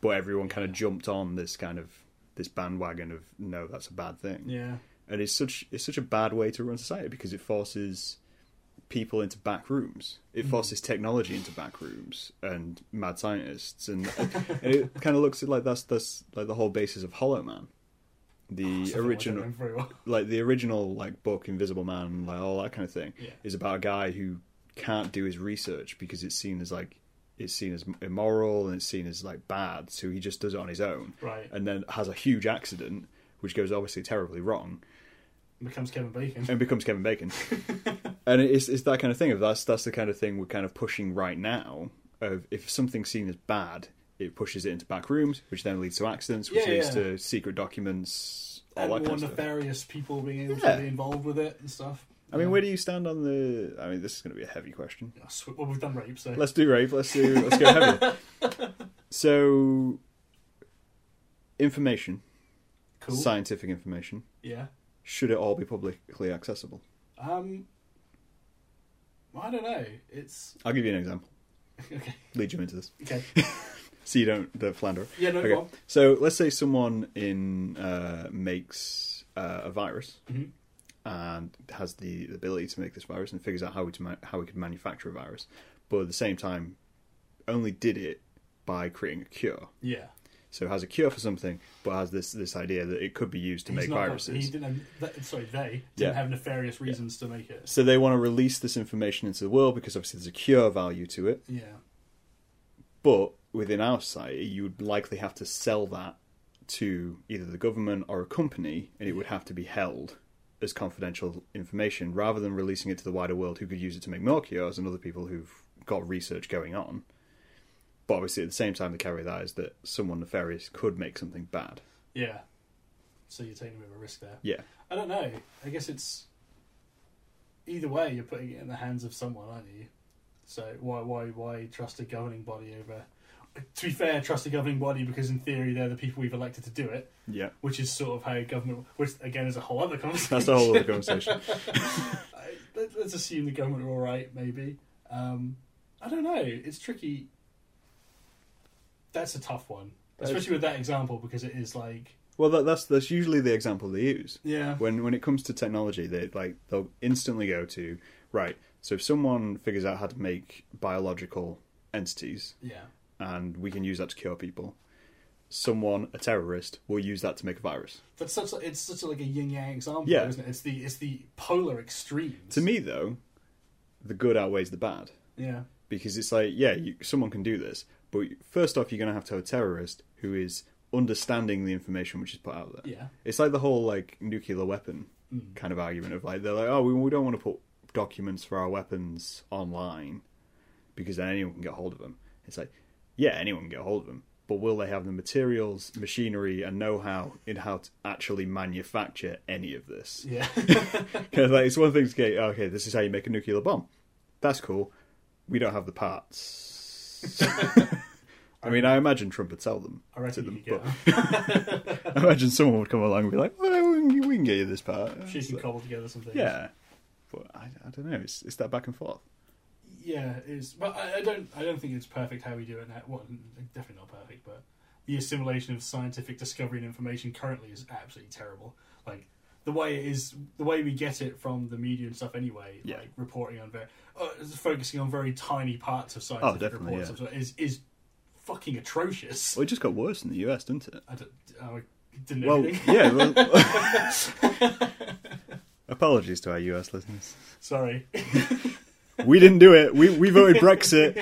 S1: But everyone kind of jumped on this kind of this bandwagon of no, that's a bad thing,
S2: Yeah.
S1: and it's such it's such a bad way to run society because it forces people into back rooms. It forces technology into back rooms and mad scientists, and, and it kind of looks like that's that's like the whole basis of Hollow Man. The
S2: Something I don't
S1: original,
S2: remember very well.
S1: like the original like book Invisible Man, like all that kind of thing,
S2: Yeah.
S1: is about a guy who can't do his research because it's seen as like it's seen as immoral and it's seen as like bad. So he just does it on his own,
S2: Right.
S1: and then has a huge accident, which goes obviously terribly wrong,
S2: Becomes Kevin Bacon.
S1: and becomes Kevin Bacon. and it's it's that kind of thing. Of that's that's the kind of thing we're kind of pushing right now. Of if something's seen as bad, it pushes it into back rooms, which then leads to accidents, which
S2: Yeah,
S1: leads
S2: yeah.
S1: to secret documents. All
S2: and
S1: that
S2: more
S1: kind of stuff.
S2: nefarious people being able
S1: Yeah.
S2: to be involved with it and stuff.
S1: I mean, where do you stand on the? I mean, this is going to be a heavy question.
S2: Oh, sw- Well, we've done rape, so
S1: Let's do rape. Let's do. Let's go heavy. So, information,
S2: cool.
S1: scientific information,
S2: Yeah.
S1: should it all be publicly accessible?
S2: Um. well, I don't know. It's
S1: I'll give you an example.
S2: okay.
S1: Lead you into this,
S2: Okay.
S1: so you don't the flounder.
S2: Yeah. No.
S1: Okay.
S2: go on.
S1: So let's say someone in uh, makes uh, a virus
S2: Mhm.
S1: and has the ability to make this virus and figures out how we to ma- how we could manufacture a virus, but at the same time, only did it by creating a cure.
S2: Yeah.
S1: So has a cure for something, but has this this idea that it could be used to
S2: He's
S1: make
S2: not got-
S1: viruses.
S2: he didn't have, that, sorry, they didn't
S1: Yeah.
S2: have nefarious reasons to make it.
S1: so they want to release this information into the world because obviously there's a cure value to it.
S2: Yeah.
S1: But within our society, you would likely have to sell that to either the government or a company, and it would have to be held as confidential information rather than releasing it to the wider world who could use it to make more cures and other people who've got research going on. But obviously, at the same time, the carry of that is that someone nefarious could make something bad.
S2: Yeah. So you're taking a bit of a risk there.
S1: Yeah.
S2: I don't know. I guess it's. either way, you're putting it in the hands of someone, aren't you? So why why why trust a governing body over? To be fair, trust a governing body because in theory they're the people we've elected to do it,
S1: Yeah.
S2: which is sort of how government. Which again is a whole other conversation.
S1: That's the whole other conversation.
S2: I- let- Let's assume the government are all right. Maybe um, I don't know. It's tricky. That's a tough one,
S1: That's-
S2: especially with that example because it is like
S1: Well, that, that's that's usually the example they use.
S2: yeah,
S1: when when it comes to technology they like they'll instantly go to right so if someone figures out how to make biological entities
S2: yeah,
S1: and we can use that to cure people someone a terrorist will use that to make a virus
S2: That's such. A, it's such a, like a yin yang example,
S1: Yeah.
S2: isn't it? It's the it's the polar extremes.
S1: to me though the good outweighs the bad
S2: yeah,
S1: because it's like yeah you, someone can do this but first off you're going to have to have a terrorist who is understanding the information which is put out there
S2: yeah,
S1: It's like the whole like nuclear weapon
S2: Mm.
S1: kind of argument of like they're like, oh, we, we don't want to put documents for our weapons online because then anyone can get hold of them. It's like, yeah, anyone can get hold of them, but will they have the materials, machinery, and know-how in how to actually manufacture any of this?
S2: yeah,
S1: 'Cause, like, it's one thing to get, okay, this is how you make a nuclear bomb. That's cool. We don't have the parts. I mean, I imagine Trump would sell them.
S2: I reckon
S1: To
S2: you
S1: them,
S2: could get.
S1: I imagine someone would come along and be like, well, we can, we can get you this part.
S2: she
S1: It's
S2: can
S1: like,
S2: cobble together some things.
S1: yeah. But I, I don't know. It's, it's that back and forth.
S2: yeah, it's. But I, I don't. I don't think it's perfect how we do it now. Well, definitely not perfect, but the assimilation of scientific discovery and information currently is absolutely terrible. Like the way it is, the way we get it from the media and stuff anyway.
S1: Yeah.
S2: Like reporting on very, uh, focusing on very tiny parts of scientific
S1: Oh, definitely,
S2: reports
S1: yeah.
S2: of sort- is is fucking atrocious.
S1: Well, it just got worse in the US, didn't it?
S2: I, don't, I didn't know
S1: Well,
S2: anything.
S1: yeah. Well, apologies to our US listeners.
S2: Sorry.
S1: We didn't do it. We, we voted Brexit.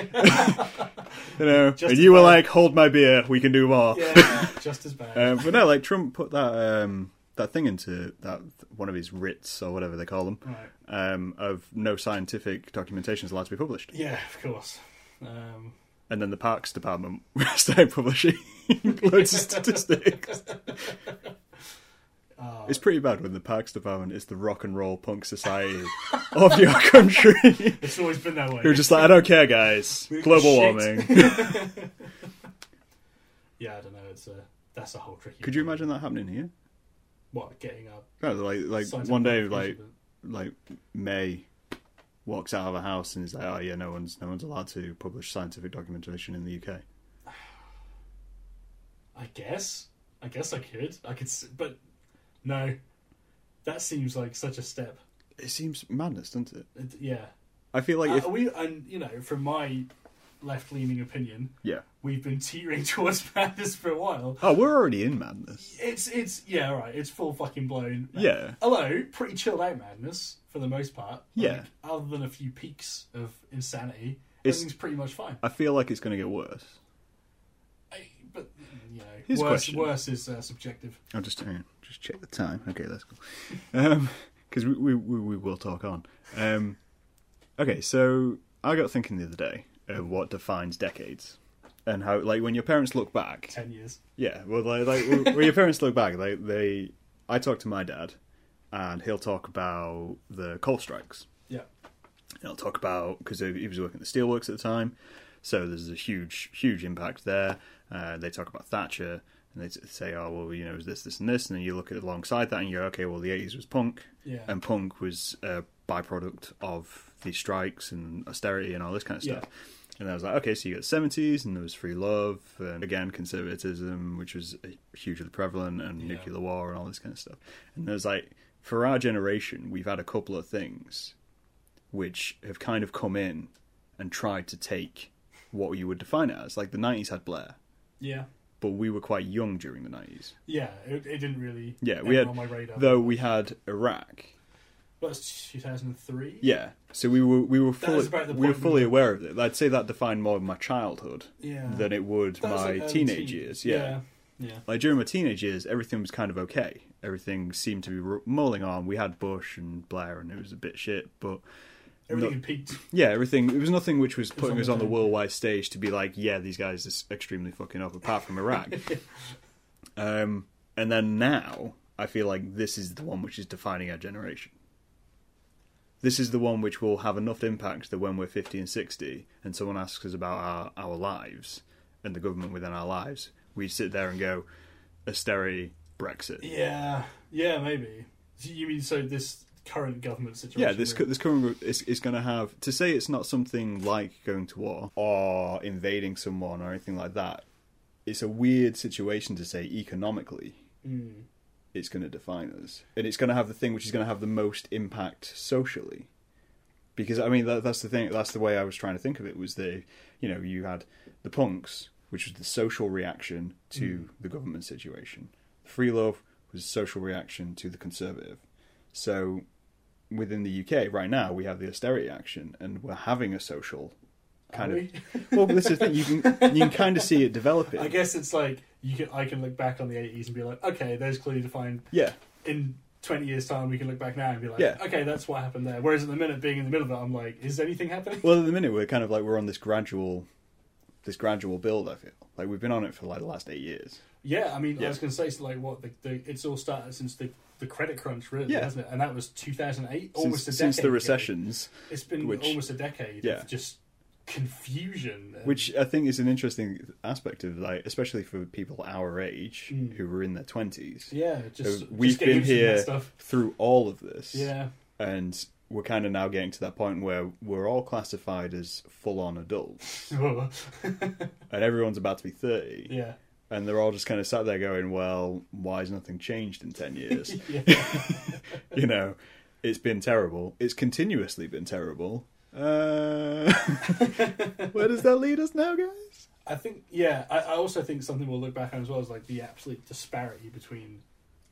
S1: you know,
S2: Just
S1: and you were
S2: about.
S1: like, hold my beer. We can do more.
S2: Yeah, just as bad.
S1: Um, but no, like Trump put that um, that thing into that one of his writs or whatever they call them
S2: right.
S1: um, of no scientific documentation is allowed to be published.
S2: Yeah, of course. Um,
S1: and then the Parks Department started publishing loads of statistics.
S2: uh,
S1: It's pretty bad when the Parks Department is the rock and roll punk society of your country.
S2: it's always been that way.
S1: You're just like, I don't care, guys.
S2: We don't
S1: Global
S2: give a
S1: warming.
S2: yeah, I don't know. It's a that's a whole tricky.
S1: Could you
S2: thing.
S1: imagine that happening here?
S2: what getting up?
S1: No, like, like one day, like, like May walks out of a house and is like, "Oh yeah, no one's no one's allowed to publish scientific documentation in the UK."
S2: I guess. I guess I could. I could, s- but no. That seems like such a step.
S1: It seems madness, doesn't it?
S2: It- yeah.
S1: I feel like
S2: Uh,
S1: if
S2: we and you know, from my left-leaning opinion,
S1: yeah,
S2: we've been teetering towards madness for a while.
S1: oh, we're already in madness.
S2: It's it's yeah, all right. It's full fucking blown.
S1: Yeah.
S2: Although pretty chilled out madness for the most part.
S1: Yeah.
S2: Other than a few peaks of insanity,
S1: It's-
S2: everything's pretty much fine.
S1: I feel like it's going to get worse.
S2: I, but you know,
S1: Here's a
S2: worse
S1: question.
S2: worse is uh, subjective.
S1: I'll just hang on, just check the time. Okay, that's cool. Because we, we, we we will talk on. Um, okay, so I got thinking the other day of what defines decades and how, like, when your parents look back,
S2: Ten years.
S1: yeah, well, like, like when your parents look back, they, they, I talk to my dad, and he'll talk about the coal strikes.
S2: Yeah.
S1: He'll talk about because he he was working at the steelworks at the time, so there's a huge, huge impact there. Uh, they talk about Thatcher, and they t- say, "Oh, well, you know, it was this, this, and this," and then you look at it alongside that, and you're okay. Well, the '80s was punk,
S2: Yeah.
S1: and punk was a byproduct of the strikes and austerity and all this kind of stuff. And I was like, okay, so you got seventies, and there was free love, and again conservatism, which was uh, hugely prevalent, and
S2: Yeah.
S1: nuclear war, and all this kind of stuff. And there's like, for our generation, we've had a couple of things which have kind of come in and tried to take what you would define it as. Like the nineties had Blair,
S2: yeah.
S1: but we were quite young during the nineties.
S2: Yeah. It, it didn't really.
S1: Yeah,
S2: it
S1: we had
S2: on my radar.
S1: though we had Iraq,
S2: That's 2003.
S1: Yeah. So we were we were fully
S2: about the
S1: we were
S2: point-
S1: fully aware of it. I'd say that defined more of my childhood
S2: Yeah.
S1: than it would
S2: That was
S1: my
S2: like early
S1: teenage
S2: teens.
S1: years. Yeah.
S2: Yeah. Yeah.
S1: Like during my teenage years, everything was kind of okay. Everything seemed to be ro- mulling on. We had Bush and Blair, and it was a bit shit. But
S2: Everything had peaked.
S1: yeah, everything. It was nothing which was
S2: was
S1: putting
S2: on
S1: us
S2: the
S1: on the
S2: down.
S1: worldwide stage to be like, yeah, these guys are s- extremely fucking up. Apart from Iraq, um, and then now I feel like this is the one which is defining our generation. this is the one which will have enough impact that when we're 50 and 60 and someone asks us about our, our lives and the government within our lives, we sit there and go, austerity, Brexit.
S2: Yeah, yeah, maybe. So You mean so this current government situation?
S1: Yeah, this cu-
S2: really-
S1: this current is, is going to have to say it's not something like going to war or invading someone or anything like that. It's a weird situation to say economically.
S2: Mm.
S1: It's going to define us, and it's going to have the thing which is going to have the most impact socially. Because I mean, that, that's the thing. That's the way I was trying to think of it. Was the you know you had the punks, which was the social reaction
S2: Mm.
S1: to the government situation. Free love was a social reaction to the conservative. So within the UK right now, we have the austerity action, and we're having a social kind
S2: Are
S1: of.
S2: we?
S1: Well, this is the thing. You can you can kind of see it developing.
S2: I guess it's like you can. I can look back on the eighties and be like, okay, those clearly defined.
S1: Yeah,
S2: In twenty years' time, we can look back now and be like,
S1: Yeah.
S2: okay, that's what happened there. Whereas at the minute, being in the middle of it, I'm like, is anything happening?
S1: Well, at the minute we're kind of like we're on this gradual, this gradual build. I feel like we've been on it for like the last eight years.
S2: Yeah, I mean,
S1: Yeah.
S2: I was going to say, so like, what the, the it's all started since the the credit crunch, really,
S1: Yeah.
S2: hasn't it? And that was 2008,
S1: Since,
S2: almost a decade.
S1: since the
S2: ago.
S1: recessions,
S2: it's been
S1: which-
S2: almost a decade
S1: Yeah.
S2: of just confusion. and-
S1: which I think is an interesting aspect of like, especially for people our age
S2: Mm.
S1: who were in their twenties.
S2: yeah, just
S1: So
S2: just
S1: Uh, we've
S2: getting used
S1: been
S2: to that
S1: here
S2: Stuff.
S1: through all of this,
S2: Yeah,
S1: and we're kind of now getting to that point where we're all classified as full-on adults, and everyone's about to be thirty,
S2: yeah,
S1: and they're all just kind of sat there going, "Well, why has nothing changed in ten years?"
S2: yeah.
S1: you know, it's been terrible. It's continuously been terrible. Uh, where does that lead us now, guys?
S2: I think yeah. I, I also think something we'll look back on as well is like the absolute disparity between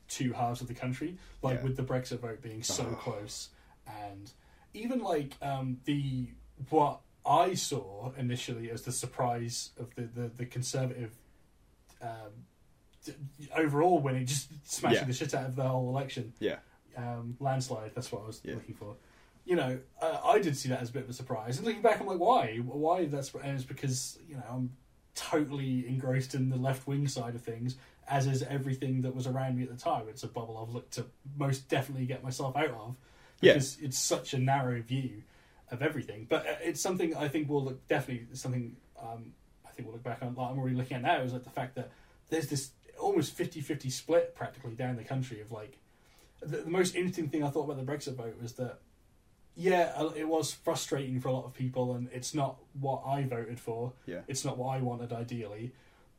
S2: two halves of the country, like
S1: Yeah. Ah.
S2: with the Brexit vote being so close, and even like um, the what I saw initially as the surprise of the the, the conservative. Um, d- overall winning, just smashing
S1: Yeah.
S2: the shit out of the whole election.
S1: Yeah,
S2: um, landslide. That's what I was
S1: Yeah.
S2: looking for. You know, uh, I did see that as a bit of a surprise. And looking back, I'm like, why? Why that's? And it's because you know I'm totally engrossed in the left wing side of things, as is everything that was around me at the time. It's a bubble I've looked to most definitely get myself out of
S1: Yeah.
S2: because it's such a narrow view of everything. But uh, it's something I think we'll look definitely something um, I think we'll look back on. Like I'm already looking at now is like the fact that there's this almost 50-50 split practically down the country of like the, the most interesting thing I thought about the Brexit vote was that, yeah, uh, it was frustrating for a lot of people, and it's not what I voted for.
S1: Yeah.
S2: It's not what I wanted ideally.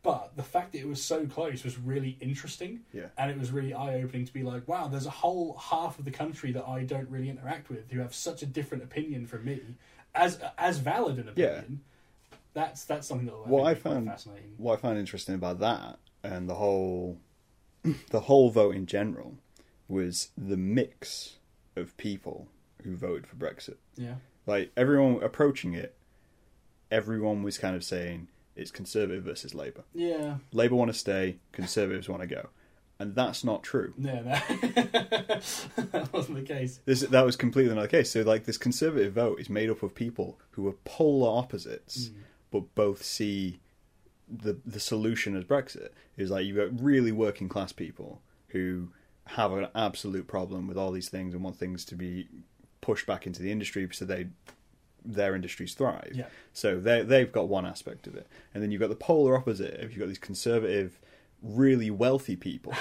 S2: But the fact that it was so close was really interesting.
S1: Yeah.
S2: And it was really eye opening to be like, wow, there's a whole half of the country that I don't really interact with who have such a different opinion from me, as as valid an opinion. That's that's something that I
S1: What I
S2: think is quite
S1: found-
S2: fascinating.
S1: what I find interesting about that and the whole, the whole vote in general, was the mix of people who voted for Brexit.
S2: Yeah.
S1: Like everyone approaching it, everyone was kind of saying it's Conservative versus Labour.
S2: Yeah.
S1: Labour want to stay, Conservatives want to go, and that's not true.
S2: No, no. that wasn't the case.
S1: This that was completely not the case. So like this conservative vote is made up of people who are polar opposites, but both see the the solution as Brexit. Is like you've got really working class people who have an absolute problem with all these things and want things to be pushed back into the industry so they their industries thrive.
S2: Yeah.
S1: So they they've got one aspect of it, and then you've got the polar opposite. You've got these conservative, really wealthy people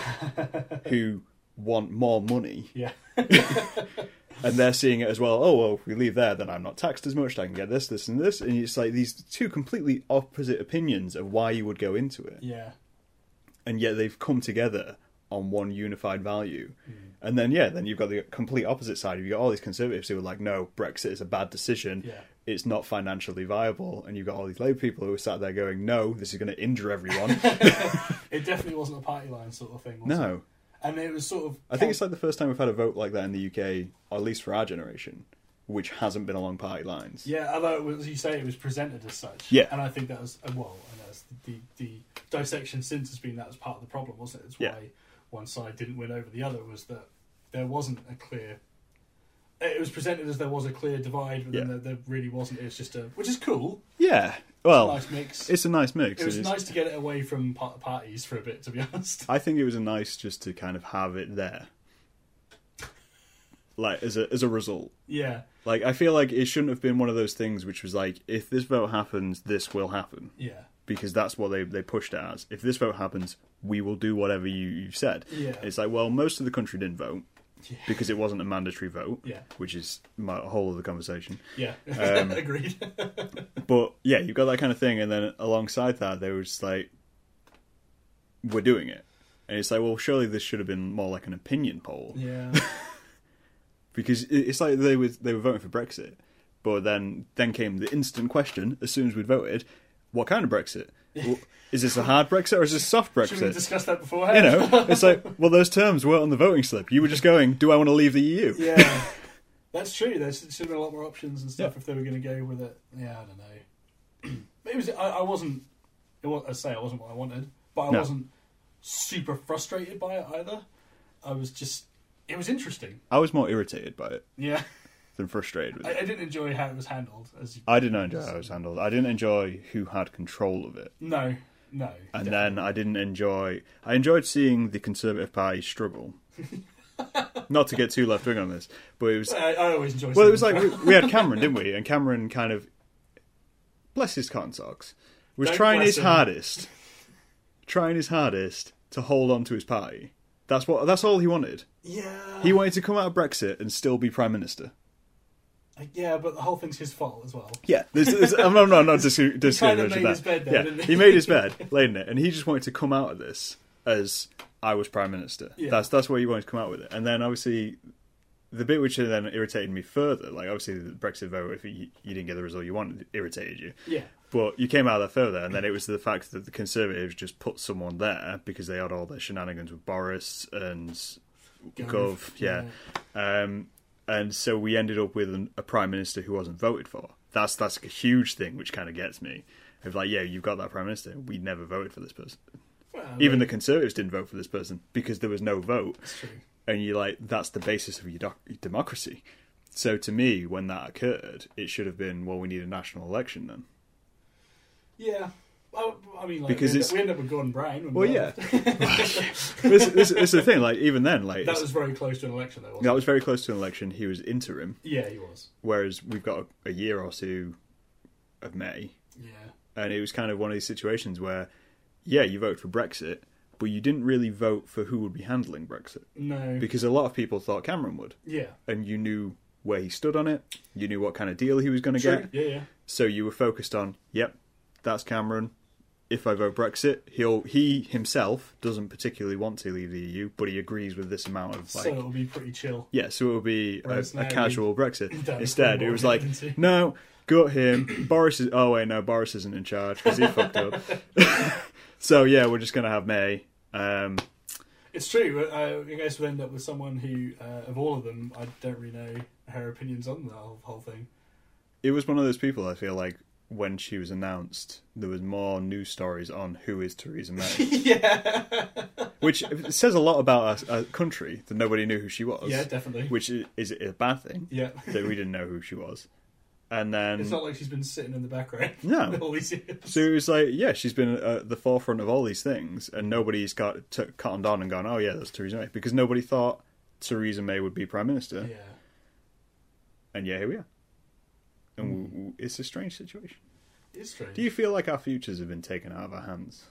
S1: who want more money
S2: Yeah.
S1: and they're seeing it as well. Oh well, if we leave there, then I'm not taxed as much. I can get this, this, and this. And it's like these two completely opposite opinions of why you would go into it,
S2: Yeah.
S1: and yet they've come together on one unified value.
S2: Mm.
S1: And then yeah, then you've got the complete opposite side. You've got all these conservatives who are like, no, Brexit is a bad decision.
S2: Yeah.
S1: It's not financially viable, and you've got all these Labour people who are sat there going, "No, this is going to injure everyone."
S2: It definitely wasn't a party line sort of thing. Was it?
S1: no,
S2: and it was sort of.
S1: I think it's like the first time we've had a vote like that in the UK, or at least for our generation, which hasn't been along party lines.
S2: yeah, although it was, you say it was presented as such.
S1: Yeah.
S2: and I think that was uh, well, and that's the, the the dissection since has been that was part of the problem, wasn't it? It's why
S1: Yeah.
S2: one side didn't win over the other was that there wasn't a clear. It was presented as there was a clear divide, but then
S1: Yeah.
S2: there, there really wasn't. It's just a which is cool,
S1: Yeah. Well,
S2: nice mix.
S1: It's a nice mix.
S2: it was
S1: It is-
S2: nice to get it away from par- parties for a bit, to be honest.
S1: I think it was a nice just to kind of have it there. like as a as a result.
S2: Yeah,
S1: Like I feel like it shouldn't have been one of those things which was like, if this vote happens, this will happen.
S2: yeah,
S1: Because that's what they, they pushed it as. If this vote happens, we will do whatever you, you've said.
S2: Yeah.
S1: It's like, well, most of the country didn't vote
S2: Yeah.
S1: because it wasn't a mandatory vote,
S2: Yeah.
S1: which is my whole other conversation.
S2: yeah.
S1: Um,
S2: Agreed.
S1: But yeah, you've got that kind of thing, and then alongside that, they were just like, we're doing it. And it's like, well, surely this should have been more like an opinion poll.
S2: yeah,
S1: because it- it's like they were they were voting for Brexit, but then then came the instant question as soon as we would voted, what kind of Brexit? Well, is this a hard Brexit or is this soft
S2: should we
S1: Brexit?
S2: discuss that beforehand?
S1: You know, it's like well, those terms weren't on the voting slip. You were just going, do I want to leave the E EU?
S2: Yeah, that's true. There should have been a lot more options and stuff
S1: Yeah.
S2: if they were going to go with it. Yeah, I don't know. But it was. I, I wasn't. It was, I say I wasn't what I wanted, but I
S1: No.
S2: wasn't super frustrated by it either. I was just. It was interesting.
S1: I was more irritated by it
S2: Yeah,
S1: than frustrated with
S2: I, I
S1: it.
S2: didn't enjoy how it was handled. As you,
S1: I did not enjoy how it was handled. I didn't enjoy who had control of it,
S2: no, no,
S1: and
S2: definitely.
S1: then I didn't enjoy. I enjoyed seeing the Conservative Party struggle. Not to get too left wing on this, but it was
S2: I, I always enjoy.
S1: Well,
S2: seeing
S1: it was like we, we had Cameron, didn't we? And Cameron kind of, bless his cotton socks, was
S2: Don't
S1: trying
S2: bless
S1: his
S2: him.
S1: hardest, trying his hardest to hold on to his party. That's what. That's all he wanted.
S2: yeah,
S1: He wanted to come out of Brexit and still be prime minister.
S2: Like, yeah, but the whole thing's his fault as well.
S1: Yeah, this, this, I'm not, I'm not, I'm not dis-
S2: kinda
S1: disagreeing with
S2: made
S1: that.
S2: his bed then,
S1: yeah,
S2: didn't he?
S1: he made his bed, laid in it, and he just wanted to come out of this as I was prime minister.
S2: Yeah.
S1: That's that's where he wanted to come out with it. And then obviously, the bit which then irritated me further, like obviously the Brexit vote, if you, you didn't get the result you wanted, irritated you.
S2: Yeah,
S1: But you came out of that further, and then it was the fact that the Conservatives just put someone there because they had all their shenanigans with Boris and
S2: Gove,
S1: Gove, yeah. Um, and so we ended up with an, a prime minister who wasn't voted for. That's that's a huge thing, which kind of gets me. Of like, yeah, you've got that prime minister. We never voted for this person.
S2: Well,
S1: Even the Conservatives didn't vote for this person because there was no vote.
S2: that's true.
S1: And you're like, that's the basis of your doc- democracy. So to me, when that occurred, it should have been, well, we need a national election then.
S2: Yeah. I, I mean, like,
S1: Because
S2: we,
S1: it's-
S2: end up, we end up with Gordon Brown. when
S1: Well,
S2: we
S1: yeah.
S2: left.
S1: this, this, this is the thing. Like even then, like
S2: That
S1: it's-
S2: was very close to an election, though, wasn't
S1: that was very close to an election. He was interim,
S2: it? Yeah, he was.
S1: whereas we've got a, a year or two of May,
S2: Yeah.
S1: and it was kind of one of these situations where, yeah, you vote for Brexit, but you didn't really vote for who would be handling Brexit
S2: No.
S1: because a lot of people thought Cameron would,
S2: yeah.
S1: and you knew where he stood on it. You knew what kind of deal he was going to
S2: True.
S1: get.
S2: Yeah, yeah.
S1: So you were focused on, yep, that's Cameron. If I vote Brexit, he'll he himself doesn't particularly want to leave the EU, but he agrees with this amount of like
S2: so it'll be pretty chill.
S1: yeah, so it would be a,
S2: Whereas
S1: a
S2: now you-
S1: casual
S2: That'd
S1: Brexit.
S2: be
S1: Instead,
S2: cool,
S1: it was like
S2: wouldn't it?
S1: no, got him. Boris is oh wait no, Boris isn't in charge because he fucked up. so yeah, we're just gonna have May. Um,
S2: It's true. uh, I, I guess we'll end up with someone who, uh, of all of them, I don't really know her opinions on the whole, whole thing.
S1: it was one of those people I feel like when she was announced, there was more news stories on who is Theresa May.
S2: yeah.
S1: which says a lot about our, our country that nobody knew who she was.
S2: Yeah, definitely.
S1: Which i- is a bad thing
S2: Yeah.
S1: that we didn't know who she was. And then
S2: It's not like she's been sitting in the background
S1: No.
S2: all these years.
S1: so it was like, yeah, she's been at the forefront of all these things, and nobody's got t- cottoned on and gone, oh yeah, that's Theresa May, because nobody thought Theresa May would be prime minister.
S2: yeah.
S1: And yeah, here we are. And
S2: Mm.
S1: w w- it's a strange situation.
S2: It's strange.
S1: Do you feel like our futures have been taken out of our hands?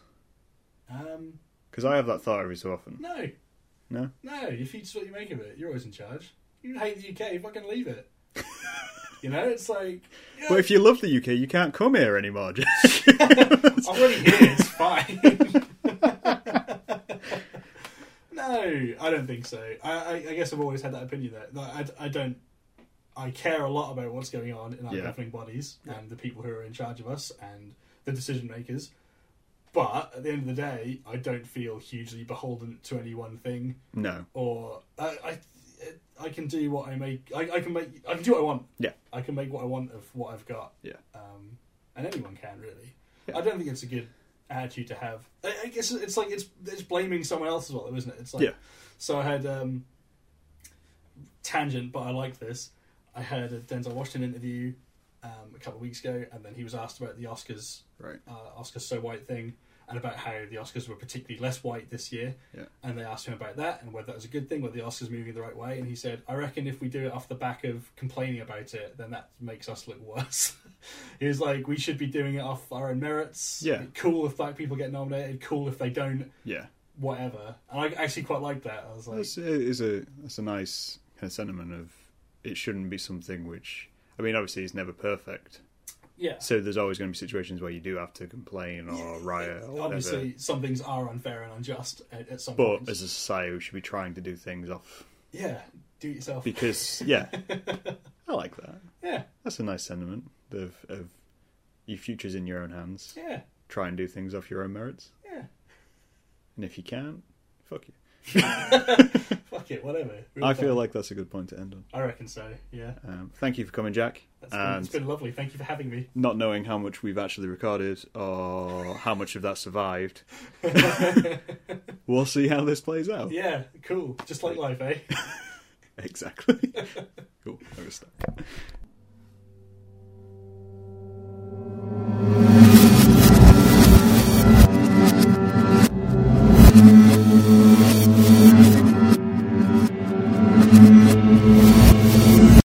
S2: Um,
S1: Because I have that thought every so often.
S2: no.
S1: No?
S2: No, your future's what you make of it. You're always in charge. You hate the UK, fucking leave it. you know, it's like. yeah,
S1: But if you love the UK, you can't come here anymore, Jack.
S2: I'm already here. It's fine. no, I don't think so. I, I, I guess I've always had that opinion that, that I, I don't. I care a lot about what's going on in our
S1: Yeah.
S2: governing bodies and the people who are in charge of us and the decision makers. But at the end of the day, I don't feel hugely beholden to any one thing
S1: no.
S2: or I, I, I can do what I make. I, I can make. I can do what I want.
S1: Yeah.
S2: I can make what I want of what I've got.
S1: Yeah.
S2: Um, and anyone can really.
S1: Yeah.
S2: I don't think it's a good attitude to have. I, I guess it's like it's it's blaming someone else as well, though, isn't it? It's like
S1: Yeah.
S2: So I had um, tangent, but I like this. I heard a Denzel Washington interview um, a couple of weeks ago, and then he was asked about the Oscars
S1: Right.
S2: uh, Oscar so white thing, and about how the Oscars were particularly less white this year.
S1: Yeah.
S2: And they asked him about that and whether that was a good thing, whether the Oscars moving the right way. And he said, I reckon if we do it off the back of complaining about it, then that makes us look worse. he was like, we should be doing it off our own merits.
S1: Yeah.
S2: Cool if black people get nominated, cool if they don't,
S1: Yeah,
S2: whatever. And I actually quite liked that. I was like,
S1: that's, it is a that's a nice kind of sentiment of it shouldn't be something which I mean obviously it's never perfect.
S2: yeah.
S1: So there's always going to be situations where you do have to complain or riot or whatever.
S2: Obviously, some things are unfair and unjust at, at some
S1: But
S2: point.
S1: as a society, we should be trying to do things off
S2: Yeah, do it yourself.
S1: because yeah, I like that.
S2: yeah,
S1: That's a nice sentiment of of your future's in your own hands.
S2: yeah,
S1: Try and do things off your own merits,
S2: yeah.
S1: and if you can't, fuck you.
S2: Fuck it, whatever. Real
S1: I
S2: fun.
S1: feel like that's a good point to end on.
S2: I reckon so. Yeah.
S1: Um, thank you for coming, Jack.
S2: That's been,
S1: And
S2: it's been lovely. Thank you for having me.
S1: not knowing how much we've actually recorded or how much of that survived, we'll see how this plays out.
S2: Yeah, cool. Just like life, eh?
S1: Exactly. cool. I'm gonna stop.